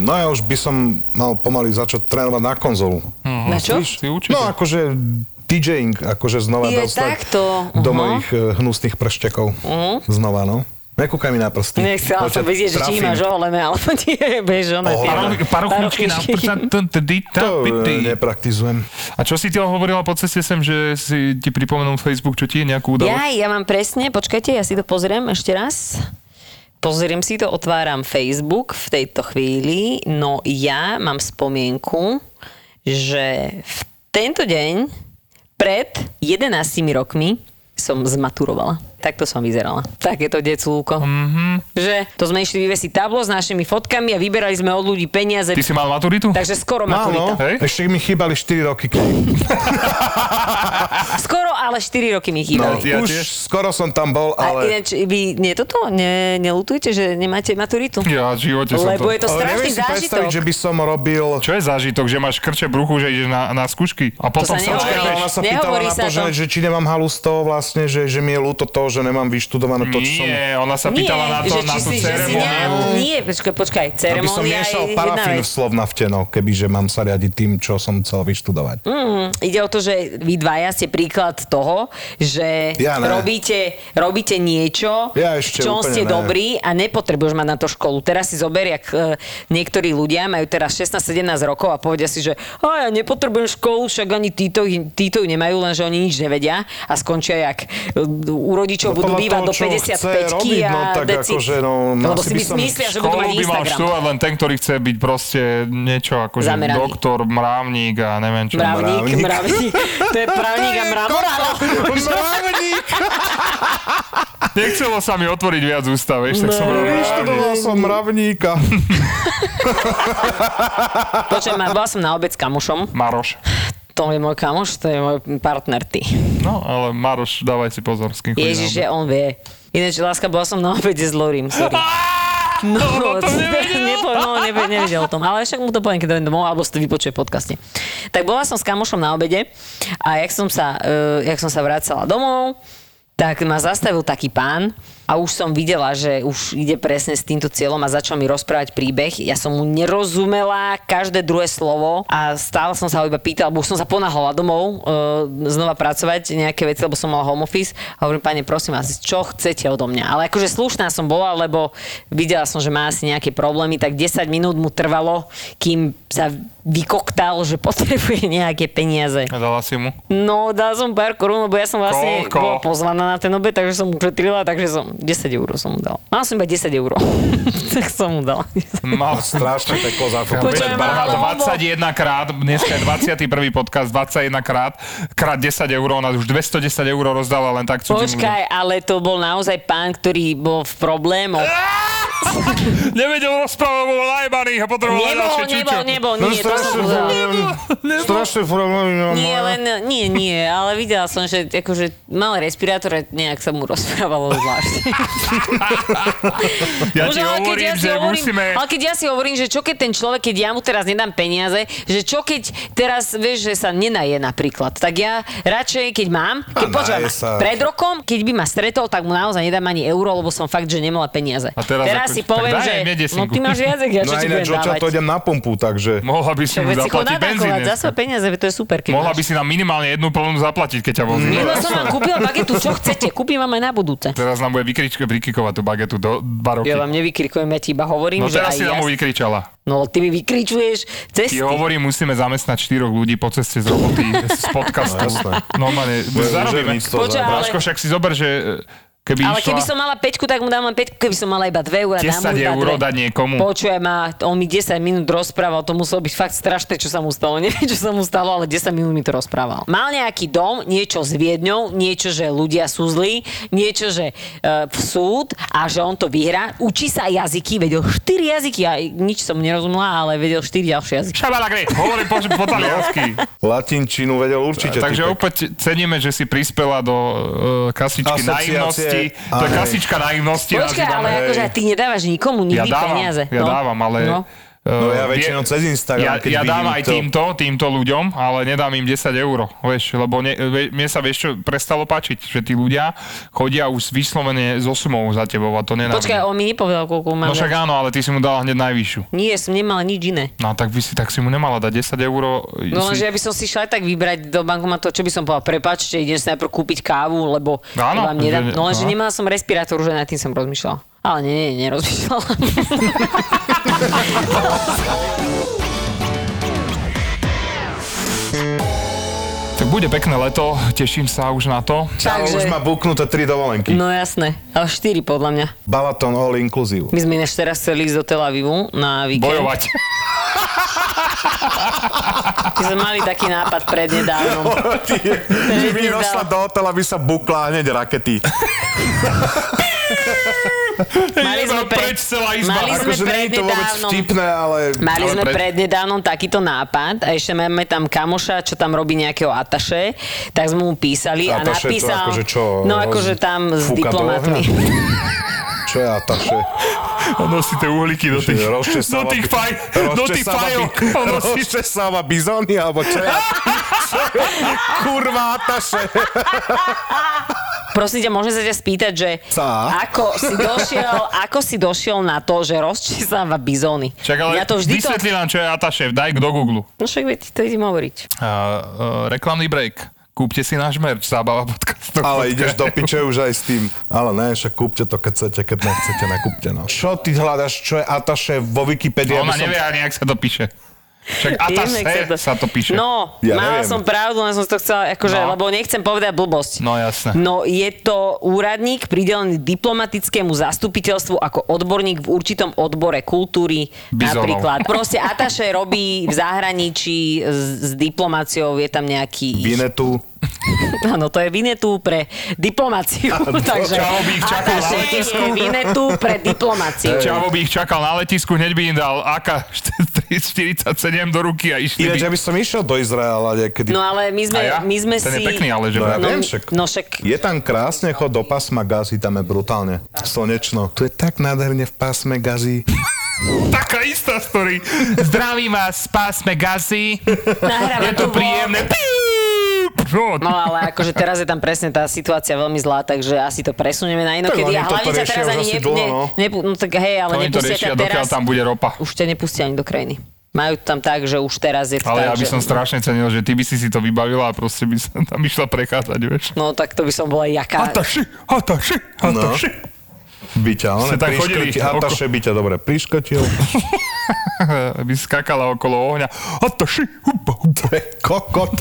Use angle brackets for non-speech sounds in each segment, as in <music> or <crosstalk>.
No ja už by som mal pomaly začať trénovať na konzolu. Na čo? Víš? Ty určite. No akože DJing, akože znova Je dostať takto, do aha. Mhm. mojich eh, hnusných prštekov. Znova, no. Nekúkaj mi na prsty. To Nechcela ťa som vedieť, že či trafím. máš ohlené, alebo <laughs> nie, bež ona. Ohlené. Paru- Paruchničky na prsa, tn, tn, tý, tá, To py, tý. eh, nepraktizujem. A čo si ti hovorila po ceste sem, že si ti pripomenul Facebook, čo ti je nejakú <laughs> udalosť? Ja, ja mám presne, počkajte, ja si to pozriem ešte raz. Pozriem si to, otváram Facebook v tejto chvíli, no ja mám spomienku, že v tento deň pred 11 rokmi som zmaturovala. Takto som vyzerala. Takéto decúko. Mm-hmm. Mhm. Že to sme išli vyvesiť tablo s našimi fotkami a vyberali sme od ľudí peniaze. Ty si mal maturitu? Takže skoro No, maturita. Áno, Hej. ešte mi chýbali 4 roky. k nej. Skoro, ale 4 roky mi No, chýbali. Ja už tiež. skoro som tam bol, A ale... ináč, vy nie toto, ne, nelutujte, že nemáte maturitu? Ja v živote som Lebo to... je to ale strašný neviem si zážitok. predstaviť, že by som robil... Čo je zážitok, že máš krče v bruchu, že ideš na, na skúšky a sa potom nehovorí. sa Počkaj, ale očkrteš? ona sa pýtala Nehovorí na sa to, že, to. že či nemám halu z toho vlastne, že, že mi je ľúto toho, že nemám vyštudované to, čo som... Nie, ona sa pýtala na že to, na či tú si, že si ne, ceremoniu. nie, počkaj, počkaj, Aby som ceremonia je miešal jedna parafín vec. v slovnavtenou, kebyže mám sa riadiť tým, čo som chcel vyštudovať. Mm, ide o to, že vy dvaja ste príklad toho, že Ja ne. robíte, robíte niečo, Ja v ešte čom úplne ste ne. dobrí a nepotrebuješ mať na to školu. Teraz si zober, jak e, niektorí ľudia majú teraz 16-17 rokov a povedia si, že a ja nepotrebujem školu, však ani títo, títo ju nemajú, lenže oni nič nevedia a skončia jak e, u rodičov No budú podľa bývať toho, do čo chce 55 robiť, a no tak deci, akože, no, lebo asi si by by som- myslia, že budú Školu mať by mal Instagram. študovať len ten, ktorý chce byť proste niečo, akože Zameraný. doktor, mrávnik a neviem čo. Mravník, Mravník. mravník, to <laughs> je právnik a mramor, <laughs> Mravník! Nechcelo sa mi otvoriť viac ústa, vieš, tak som robil. Vyštudoval som mravníka. Počujem, ma- bola som na obec s kamošom. Maroš. To je môj kamoš, to je môj partner, ty. No, ale Maroš, dávaj si pozor, s kým chodí na obed. Ježiš, že on vie. Ináč, láska, bola som na obede s Lorim, sorry. <laughs> No, <laughs> to nepo, no nepe, nevedel o tom, ale však mu to poviem, keď dojem domov, alebo si to vypočuje v podcaste. Tak bola som s kamošom na obede a jak som sa, uh, jak som sa vracala domov, tak ma zastavil taký pán a už som videla, že už ide presne s týmto cieľom a začal mi rozprávať príbeh. Ja som mu nerozumela každé druhé slovo a stále som sa ho iba pýtala, lebo už som sa ponáhala domov e, znova pracovať nejaké veci, lebo som mala home office. A hovorím, pane, prosím vás, čo chcete odo mňa? Ale akože slušná som bola, lebo videla som, že má asi nejaké problémy, tak 10 minút mu trvalo, kým sa vykoktal, že potrebuje nejaké peniaze. A Dala si mu. No, dala som pár korún, lebo ja som vlastne Koľko? bola pozvaná na ten obed, takže som ušetrila, takže som 10 eur som mu dala. Mala som iba 10 eur, <laughs> tak som mu dala. Mal Strašne peklo za to. Počujem, Barha ale- 21 krát, dneska je 21. podcast, 21 krát, krát 10 eur, ona už 210 eur rozdala len tak cudzím ľuďom. Počkaj, ale to bol naozaj pán, ktorý bol v problémoch. Nevedel rozprávať, bol lajbaný a potreboval Nebol, ďalšie nebol, čučo. nebol, No nie, to som strašne mu dala. problém. Strašne problém. no, Nie, len, nie, nie, ale videla som, že akože mal respirátor a nejak sa mu rozprávalo zvláštne. <laughs> Ja ti Možno, ale keď hovorím, si že musíme... Ale keď ja si hovorím, že čo keď ten človek, keď ja mu teraz nedám peniaze, že čo keď teraz, vieš, že sa nenaje napríklad, tak ja radšej, keď mám, keď A počúvaj naje ma, sa. pred rokom, keď by ma stretol, tak mu naozaj nedám ani euro, lebo som fakt, že nemala peniaze. A teraz ako- si poviem, tak daj že mne no desinku. ty máš viac, jak ja No čo a ti budem ináč, čo dávať. to idem na pumpu, takže... Mohla by si Čo, mu veď si chodí zaplatiť benzín. natankovať za dneska. svoje peniaze, veď to je super, keď Mohla by máš. si nám minimálne jednu plnú zaplatiť, keď ťa vozí. Jedno no som vám kúpila bagetu, čo chcete, kúpim vám aj na budúce. Teraz nám bude vykričke prikrikovať tú bagetu do dva roky. Ja vám nevykrikujem, ja ti iba hovorím, No že aj teraz si ja... nám mu vykričala. No ty mi vykričuješ cesty. Ti hovorím, musíme zamestnať štyroch ľudí po ceste z roboty, z podcastu. No, jasné. Normálne, Bude zarobíme. úžerníctvo Počkaj, za- ale- Váško, však si zober, že e, Keby Ale keby išla som mala 5, tak mu dám len 5, keby som mala iba 2 eurá, dám 10 mu iba eur dve. dať niekomu. Počuje ma, on mi 10 minút rozprával, to muselo byť fakt strašné, čo sa mu stalo. <laughs> Neviem, čo sa mu stalo, ale 10 minút mi to rozprával. Mal nejaký dom, niečo s Viedňou, niečo, že ľudia sú zlí, niečo, že e, v súd a že on to vyhrá. Učí sa jazyky, vedel 4 jazyky, ja nič som nerozumela, ale vedel 4 ďalšie jazyky. Šabalagre, hovorím po, po <laughs> taliansky. No. Latinčinu vedel určite. Takže typek. opäť ceníme, že si prispela do uh, kasičky Asociácie. naivnosti. To je Áno. kasička naivnosti. Počkaj, nazývame. ale akože ty nedávaš nikomu ja nikdy dávam, peniaze. no. ja dávam, ale... No eh, ja vie- väčšinou cez Instagram, Ja, keď ja dám vidím aj to. týmto, týmto ľuďom, ale nedám im 10 eur, vieš, lebo ne, ve, mne sa vieš čo, prestalo páčiť, že tí ľudia chodia už vyslovene so sumou za tebou a to nenávidím. Počkaj, on mi nepovedal, koľko mám. no však áno, ale ty si mu dala hneď najvyššiu. Nie, som nemala nič iné. No tak, by si, tak si mu nemala dať 10 eur. e, No si- lenže ja by som si šla aj tak vybrať do bankomatu, čo by som povedal, prepačte, idem si najprv kúpiť kávu, lebo Áno, vám nedám. že- No lenže aha. nemala som respirátor, už aj nad tým som rozmýšľala. Ale nie, nie, nerozmýšľala. <laughs> Tak bude pekné leto, teším sa už na to. Ale Takže, už má buknuté tri dovolenky. no jasné, ale štyri podľa mňa. Balaton all inclusive. <laughs> My sme ináč teraz chceli ísť do Tel Avivu na víkend. Bojovať. My sme mali taký nápad <laughs> prednedávnom. že by nedal. došla do hotela, by sa bukla hneď rakety. Mali sme <laughs> Jebal pre- preč celá izba. mali sme Akože nie je to vôbec prednedávnom- vtipné, ale... Mali Ale sme pred- prednedávnom takýto nápad a ešte máme tam kamoša, čo tam robí nejakého ataše, tak sme mu písali a Ataše to napísal... akože čo, no akože tam s fúka do diplomatmi. <laughs> Čo je ataše? On nosí tie uhlíky do tých, do tých, faj, do tých <laughs> fajok. <laughs> On nosí Rozčesáva bizóny, alebo čo <laughs> je? Čo je? Kurva ataše. <laughs> Prosím ťa, môžem sa ťa spýtať, že Sa? ako <laughs> si, došiel, ako si došiel na to, že rozčísáva bizóny? Čak, ja ale to vždy to... vysvetli nám, čo je ataše, daj do Google. No však veď to idem hovoriť. Uh, uh, reklamný break. Kúpte si náš merch, zábava podcastov. Ale ideš <laughs> No, do piče už aj s tým. Ale ne, však kúpte to, keď chcete, keď nechcete, nekúpte. No. Čo ty hľadaš, čo je ataše vo Wikipedii? No, Ona aby som- nevie ani, jak sa to píše. Však ataše Vieme, jak sa to píše. No, Ja mala neviem. som pravdu, len som to chcela, akože, No. lebo nechcem povedať blbosť. No, jasné. No je to úradník pridelený diplomatickému zastupiteľstvu ako odborník v určitom odbore kultúry Bizonov. napríklad. Proste Ataše robí v zahraničí s, s diplomáciou, je tam nejaký... Vinetu. Áno, to je Vinetu pre diplomáciu. <laughs> Takže Čavo by ich čakal na Ataše letisku. je Vinetu pre diplomáciu. Čavo by ich čakal na letisku, hneď by im dal AK-47 do ruky a išli Ináč, ja by... by som išiel do Izraela niekedy. No ale my sme, A ja? my sme Ten si... je pekný, ale že... No ja No, viem, no, však. no však Je tam krásne, chod do pásma Gazi, tam je brutálne. Slnečno. Tu je tak nádherne v pásme Gazi. Taká istá story. Zdravím vás, pásme gazy. nahráva Je to <laughs> tu príjemné. Piu! No, No ale akože teraz je tam presne tá situácia veľmi zlá, takže asi to presunieme na inokedy. oni A toto hlavne ťa riešia teraz už ani asi ne, dlho, ne, no. ne, no tak hej, ale Oni to nepustia riešia, ťa dokiaľ teraz. tam bude ropa. Už ťa nepustia ani do krajiny. Majú to tam tak, že už teraz je to tak, Ale ja by že- som strašne cenil, že ty by si si to vybavila a proste by som tam išla prechádzať, vieš. No tak to by som bola jaká. Ataši, ataši, No. ataši. Byťa, one Ste tam chodili priškrtil. oko. Ataše byťa, dobre, priškrtil. No. By skákala okolo ohňa. Ataši, hupa, hupa. <laughs> To je kokot.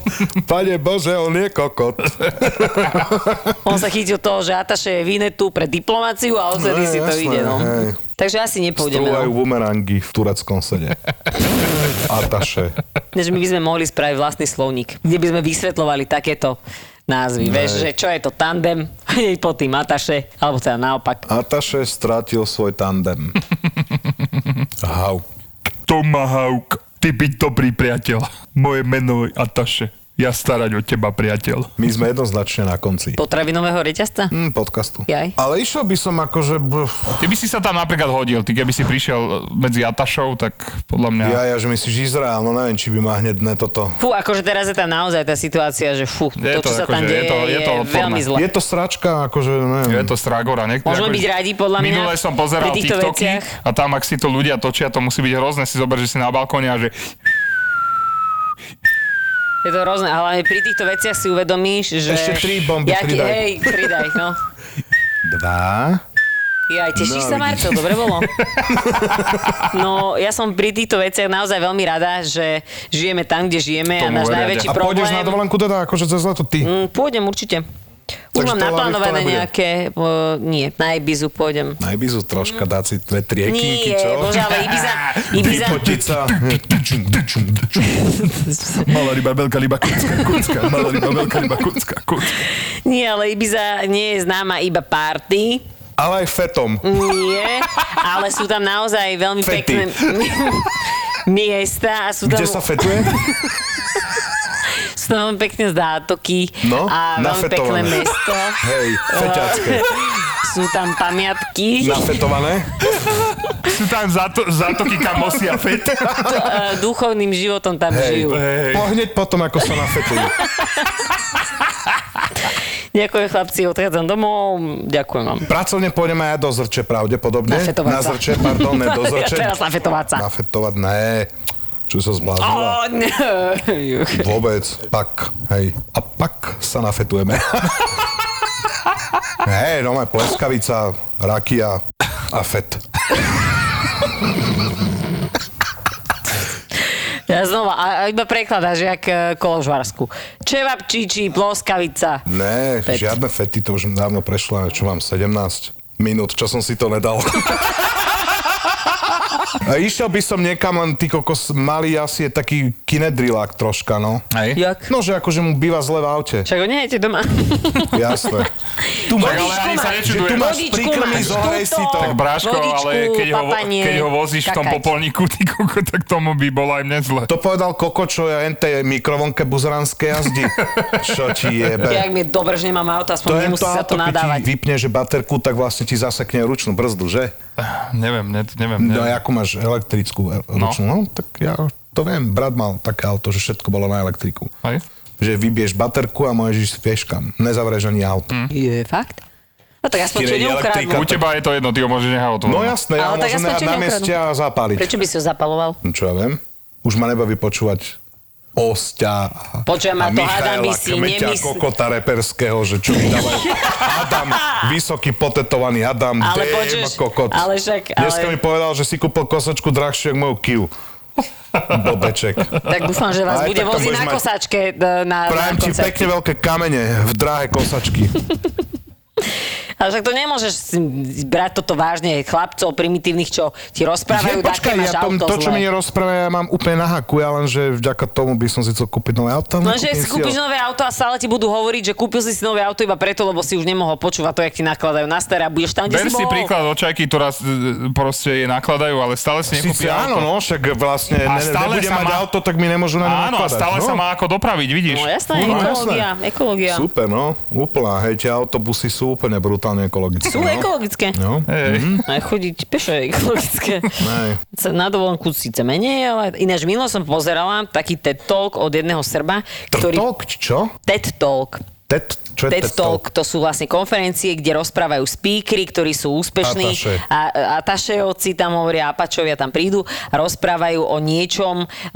Pane Bože, on je kokot. On sa chytil toho, že Ataše je vinetu pre diplomáciu a No, odtedy si to jasné, ide. No. hej. Takže asi nepôjdeme. Trúvajú No. bumerangy v tureckom sede. Ataše. Takže my by sme mohli spraviť vlastný slovník, kde by sme vysvetľovali takéto názvy. Vieš, že čo je to tandem, <laughs> hneď po tým Ataše, alebo teda naopak. Ataše strátil svoj tandem. Hau. Tomahawk, ty byť dobrý priateľ. Moje meno je Ataše. Ja starať o teba, priateľ. My sme jednoznačne na konci. Potravinového reťazca? Hm, podcastu. Jaj. Ale išiel by som akože... bf, Ty by si sa tam napríklad hodil, ty keby si prišiel medzi Atašov, tak podľa mňa... Ja, ja, že myslíš Izrael, no neviem, či by ma hneď ne toto. Fú, akože teraz je tam naozaj tá situácia, že fú, Je to, čo to sa tam akože- deje, je to- je to odporné. veľmi zle. Je to sračka, akože neviem. Je to Stragora. Niekto, Môžeme byť radi, podľa mňa, Minule som pozeral pri týchto TikToky veciach. a tam, ak si to ľudia točia, to musí byť hrozné. Si zober, že si na balkóne a že Je to hrozné, a hlavne pri týchto veciach si uvedomíš, že... Ešte tri bomby Jaký- pridaj. Hej, pridaj, no. Dva. Ja, No, tešíš sa, vidíš. Marto, dobre <laughs> bolo? No, ja som pri týchto veciach naozaj veľmi rada, že žijeme tam, kde žijeme a Tomu náš veria, najväčší A pôjdeš problém... na dovolenku teda akože cez leto ty. Mm, Pôjdem určite. Už Takže to laviv mám to naplánované nebude. nejaké, o, nie, na Ibizu pôjdem. Najbizu troška dá si dve triekinky, Nie, čo? bože, ale <laughs> Ibiza, Ibiza, Vypotica. Malá ryba, veľká ryba, kucka, <laughs> kucka. Malá ryba, veľká ryba, kucka, kucka. nie, ale Ibiza nie je známa iba party, Ale aj fetom. nie, ale sú tam naozaj veľmi Fety. pekné <laughs> miesta a sú tam, Kde sa fetuje? sú tam veľmi pekné zátoky No, a veľmi pekné nafetované. mesto. Hej, feťacké. sú tam <laughs> No. pamiatky, Nafetované? Sú tam zato- zatoky, kam nosia fet. e, duchovným životom tam Hej, žijú. hej. Po hneď potom, ako sa nafetujú. Ďakujem chlapci, odchádzam domov, ďakujem <laughs> vám. Pracovne pôjdeme aj do zrče, pravdepodobne. Nafetovať Na sa. zrče, pardon, ne, <laughs> do zrče. Teraz nafetovať sa. Nafetovať, ne. Čo sa zbláznila? Ó, ne. Vôbec. Pak, hej. A pak sa <laughs> nafetujeme. hej, no má pleskavica, rakia a fet. Ja znova, a a iba prekladá, že jak e, koložvarsku. Čevapčiči, ploskavica. No. Ne, Fet. žiadne fety, to už dávno prešlo, čo mám, 17 minút, čo som si to nedal. A Išiel by som niekam, len ty kokos malý asi je taký kinedrilák troška, no. Hej. Jak? No, že akože mu býva zle v aute. Však ho nehajte doma. Jasné. Tu máš, ale Vodičku ani sa máš. nečudujem. Tu máš Vodičku príkrmy, máš, zohrej túto. si to. <laughs> Tak bráško, Vodičku, ale keď ho, papanie, keď ho vozíš v tom kakať. popolníku, ty koko, tak tomu by bolo aj mne zle. To povedal Koko, čo je len tej mikrovonke buzranské <laughs> jazdy. Čo ti jebe. Jak mi je dobre, že nemám auto, aspoň je nemusí sa to keď ti nadávať. vypne, že baterku, tak vlastne ti zasekne ručnú brzdu, že? Neviem, ne, neviem, No, neviem. ako máš elektrickú e- ručnú, no. tak ja to viem. Brat mal také auto, že všetko bolo na elektriku. Hej. Že vybiješ baterku a môžeš ísť vieš kam. Nezavrieš ani auto. Je fakt? No tak aspoň Keď čo je neukradnú. elektrika, U teba je to jedno, ty ho môžeš nechať otvorené. No jasné, ja Ale tak môžem aspoň na, čo na neukradnú. mieste a zapáliť. Prečo by si ho zapaloval? No čo ja viem. Už ma nebaví počúvať Osťa a- Počujem, a a to hádam by Michaela si Kmeťa nemysl- Kokota reperského, že čo mi <laughs> dávajú. Adam, vysoký potetovaný Adam, Ale dém, počuješ, kokot. ale však, Dneska ale- mi povedal, že si kúpil kosačku drahšiu, jak moju <laughs> kiu. Bobeček. Tak dúfam, že vás Aj bude tak to voziť budeš na mať. kosačke e, na, na Prajem ti koncerte. pekne veľké kamene v drahé kosačky. Ale však to nemôžeš si brať toto vážne chlapcov primitívnych, čo ti Je, rozprávajú, počkaj, také máš ja tom, auto to, čo zlé. mi nerozpráva, ja mám úplne na haku, ja len, že vďaka tomu by som si chcel kúpiť nové auto. No, že nekúpim si ho. kúpiš nové auto a stále ti budú hovoriť, že kúpil si si nové auto iba preto, lebo si už nemohol počúvať to, jak ti nakladajú na staré a budeš tam, kde Ber si si bol. príklad od čajky, ktorá s- proste je nakladajú, ale stále si nekúpi Sice áno, auto. no, však vlastne ne, A stále nebude sa mať má- auto, tak mi nemôžu na ňu Áno, a nakladať, stále no. sa má ako dopraviť, vidíš. No jasné, No, ekológia, ekológia. Sú, Super, no, úplná, hej, tie autobusy sú úplne brutálne ekologické. no. ekologické. No, Hej. Aj chodiť pešo je ekologické. hej. Ce- Na dovolenku síce menej, ale ináč minulo som pozerala taký TED Talk od jedného Srba, ktorý... Trtok, či čo? TED Talk. Ted, čo je TED Talk, to sú vlastne konferencie, kde rozprávajú speakery, ktorí sú úspešní Ataše. a a atašejovci tam hovoria, apačovia tam prídu a rozprávajú o niečom, eh,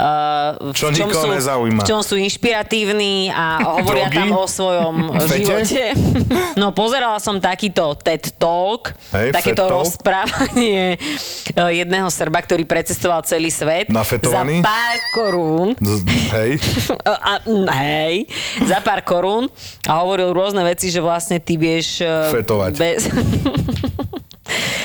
v, Čo čom nikoho sú, nezaujíma. v čom sú inšpiratívni a hovoria Drogy? tam o svojom <laughs> Fete? živote. <laughs> No pozerala som takýto TED Talk, Hej, takéto Fed Talk. rozprávanie eh, jedného Srba, ktorý precestoval celý svet Nafetovaný? za pár korún Z, hej, a, mm, hej, za pár korún a hovoril rôzne veci, že vlastne ty vieš... e, Fetovať. Bez... <laughs>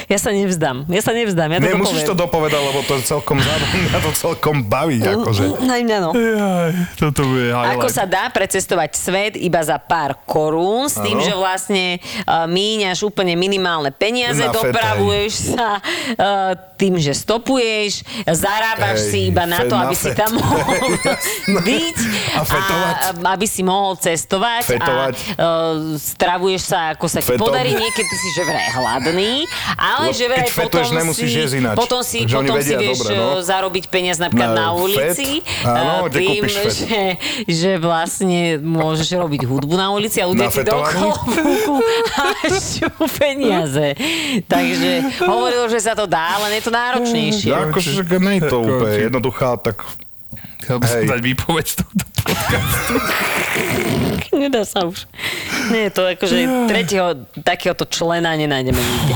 ja sa nevzdám, ja sa nevzdám, <laughs> ja to nemusíš to dopoviem. dopovedať, lebo to je celkom <laughs> zábavné, mňa to celkom baví, akože. No, no, no. Jaj, toto bude highlight. Ako sa dá precestovať svet iba za pár korún, s tým, Áno. že vlastne uh, míňaš úplne minimálne peniaze, Na fetaj. dopravuješ sa uh, tým, že stopuješ, zarábaš Hej, si iba na fe- to, na aby si fet. tam <laughs> mohol byť A fetovať. a aby si mohol cestovať Fetovať. a uh, stravuješ sa, ako sa ti Fetom. podarí, niekedy si že vraj hladný, ale Lebo že vraj keď fetuješ, potom nemusíš si, jesť ináč. potom si, Takže oni potom si vedia, vieš dobre, no. uh, zarobiť peniaz napríklad na, Na fet. ulici, Áno, uh, kde tým, kúpiš fet. že, že vlastne môžeš robiť hudbu na ulici a ľudia ti Nafetovaný? dokola fúku a šťú peniaze. Takže hovoril, že sa to dá, len je to No. náročnejšie. Ja akože, že nie je to úplne jednoduchá, tak Chcel by som Hej. dať výpoveď z tohto. No, Nedá sa už. Nie, to akože tretieho takéhoto člena nenájdeme nikde.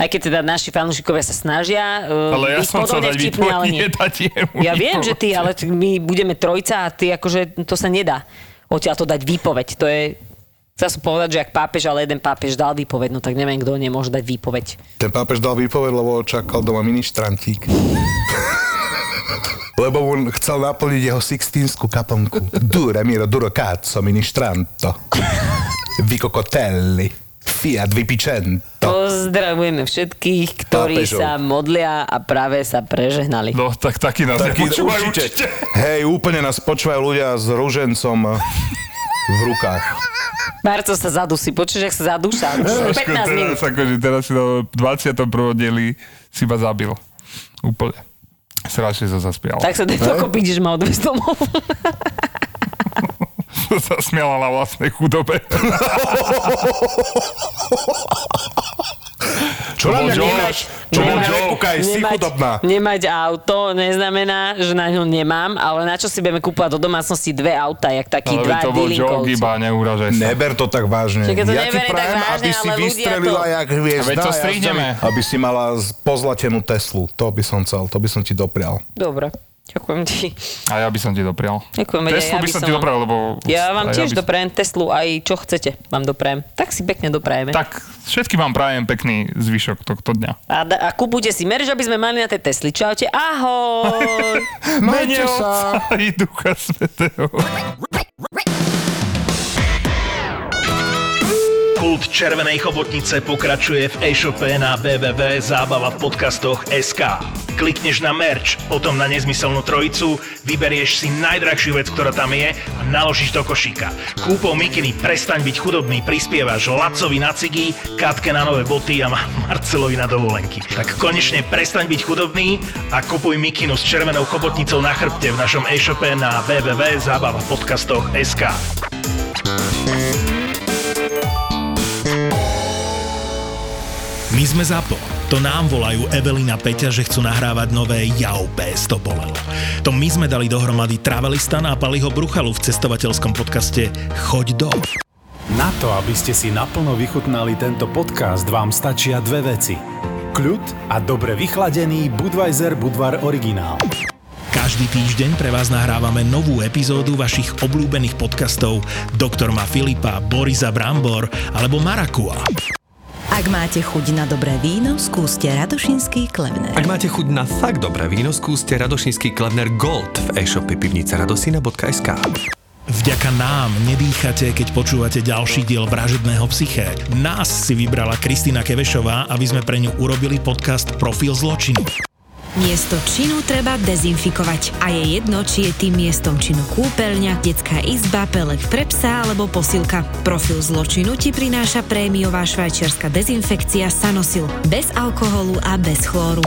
Aj keď teda naši fanúšikovia sa snažia uh, Ale ja byť som chcel podobne dať vtipní, výpoveď, ale nie. nedať jemu Ja viem, že ty, výpoveď. ale t- my budeme trojca a ty akože to sa nedá odtiaľ to dať výpoveď. To je Chcel som povedať, že ak pápež, ale jeden pápež dal výpoveď, no tak neviem, kto nemôže dať výpoveď. Ten pápež dal výpoveď, lebo čakal doma <laughs> ministrantík. lebo on chcel naplniť jeho sixtínsku kaplnku. Dura miro duro cazzo ministranto. Vico Cotelli. Fiat Vipicento. Pozdravujeme všetkých, ktorí Pápežov. sa modlia a práve sa prežehnali. No, tak taký nás taký nepočúvajú určite. Hej, úplne nás počúvajú ľudia s ružencom v rukách. Marco sa zadusí, počuješ, ak sa zadúša? <laughs> 15 minút. teraz, akože teraz si to 21. dieli si ma zabil. Úplne. Strašne sa zaspial. Tak sa daj dokopy, ideš ma odviesť domov. Zasmiala na vlastnej chudobe. Čo na mňa Jož, kúkaš? Čo na mňa kúkaj? Si chudobná. nemať auto neznamená, že na ňo nemám, ale na čo si budeme kúpovať do domácnosti dve auta, jak takí Ale veď dva to bol joke dealinkovci. iba, neuražaj sa. Neber to tak vážne. Však ja to ja ti neberiem tak prajem, vážne, aby si ale ľudia vystrelila to- jak hviezda. Veď to jazdami, strihneme. Aby si mala z- pozlatenú Teslu. To by som chcel, to by som ti doprial. Dobre, ďakujem ti. A ja by som ti doprial. Ďakujem, veď aj Teslu ja by by som som ti vám- doprial, lebo... Ja vám aj tiež by- doprajem Teslu, aj čo chcete vám doprajem. Tak si pekne doprajeme. Tak, všetkým vám prajem pekný zvyšok tohto dňa. A, da- a kúpujte si merč, aby sme mali na tej Tesli. Čaute, ahoj! Mene Otca <laughs> i Ducha Svetého. Kult Červenej chobotnice pokračuje v e-shope na www.zábava v podcastoch SK. Klikneš na merch, potom na nezmyselnú trojicu, vyberieš si najdrahšiu vec, ktorá tam je a naložíš do košíka. Kúpou mikiny Prestaň byť chudobný prispievaš Lacovi na cigy, Katke na nové boty a Ma- Marcelovi na dovolenky. Tak konečne prestaň byť chudobný a kupuj mikinu s červenou chobotnicou na chrbte v našom e-shope na www.zábava v podcastoch SK. My sme ZAPO. To nám volajú Evelina Peťa, že chcú nahrávať nové Jau PS to bolelo. To my sme dali dohromady Travelistana a Paliho Bruchalu v cestovateľskom podcaste Choď do. Na to, aby ste si naplno vychutnali tento podcast, vám stačia dve veci. Kľud a dobre vychladený Budweiser Budvar Originál. Každý týždeň pre vás nahrávame novú epizódu vašich obľúbených podcastov Doktor má Filipa, Borisa Brambor alebo Marakua. Ak máte chuť na dobré víno, skúste Radošinský klevner. Ak máte chuť na fakt dobré víno, skúste Radošinský klavner Gold v e-shope pivnicaradosina.sk Vďaka nám nedýchate, keď počúvate ďalší diel Vražedného psyché. Nás si vybrala Kristýna Kevešová, aby sme pre ňu urobili podcast Profil zločinu. Miesto činu treba dezinfikovať a je jedno, či je tým miestom činu kúpeľňa, detská izba, pelek pre psa alebo posilka. Profil zločinu ti prináša prémiová švajčiarska dezinfekcia Sanosil bez alkoholu a bez chlóru.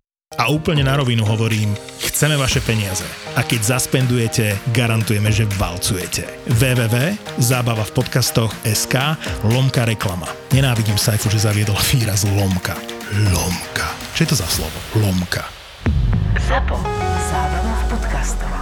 A úplne na rovinu hovorím, chceme vaše peniaze. A keď zaspendujete, garantujeme, že valcujete. www.zábava v podcastoch SK lomka reklama. Nenávidím Saifu, že zaviedol výraz lomka. Lomka. Čo je to za slovo? Lomka. Zapo. Zábrná v podcastovách.